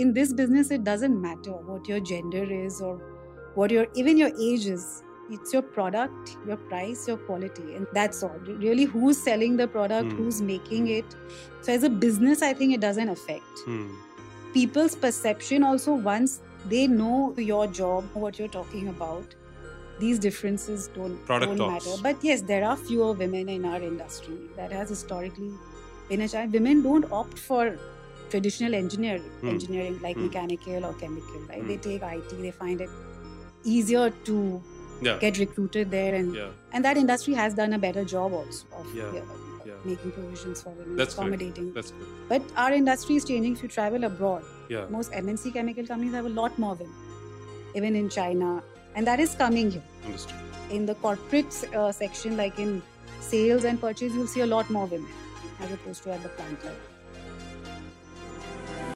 in this business it doesn't matter what your gender is or what your even your age is it's your product your price your quality and that's all really who's selling the product Hmm. who's making it so as a business i think it doesn't affect Hmm. people's perception also once they know your job what you're talking about these differences don't, Product don't talks. matter but yes there are fewer women in our industry that has historically been a challenge women don't opt for traditional engineering Hmm. engineering like Hmm. mechanical or chemical right Hmm. they take it they find it easier to Yeah. get recruited there and yeah. and that industry has done a better job also of Yeah. uh, Yeah. making provisions for women That's correct. accommodating That's good. but our industry is changing if you travel abroad Yeah. most MNC chemical companies have a lot more women, even in China, and that is coming here. Understood. In the corporate uh, section, like in sales and purchase, you'll see a lot more women as opposed to at the plant level.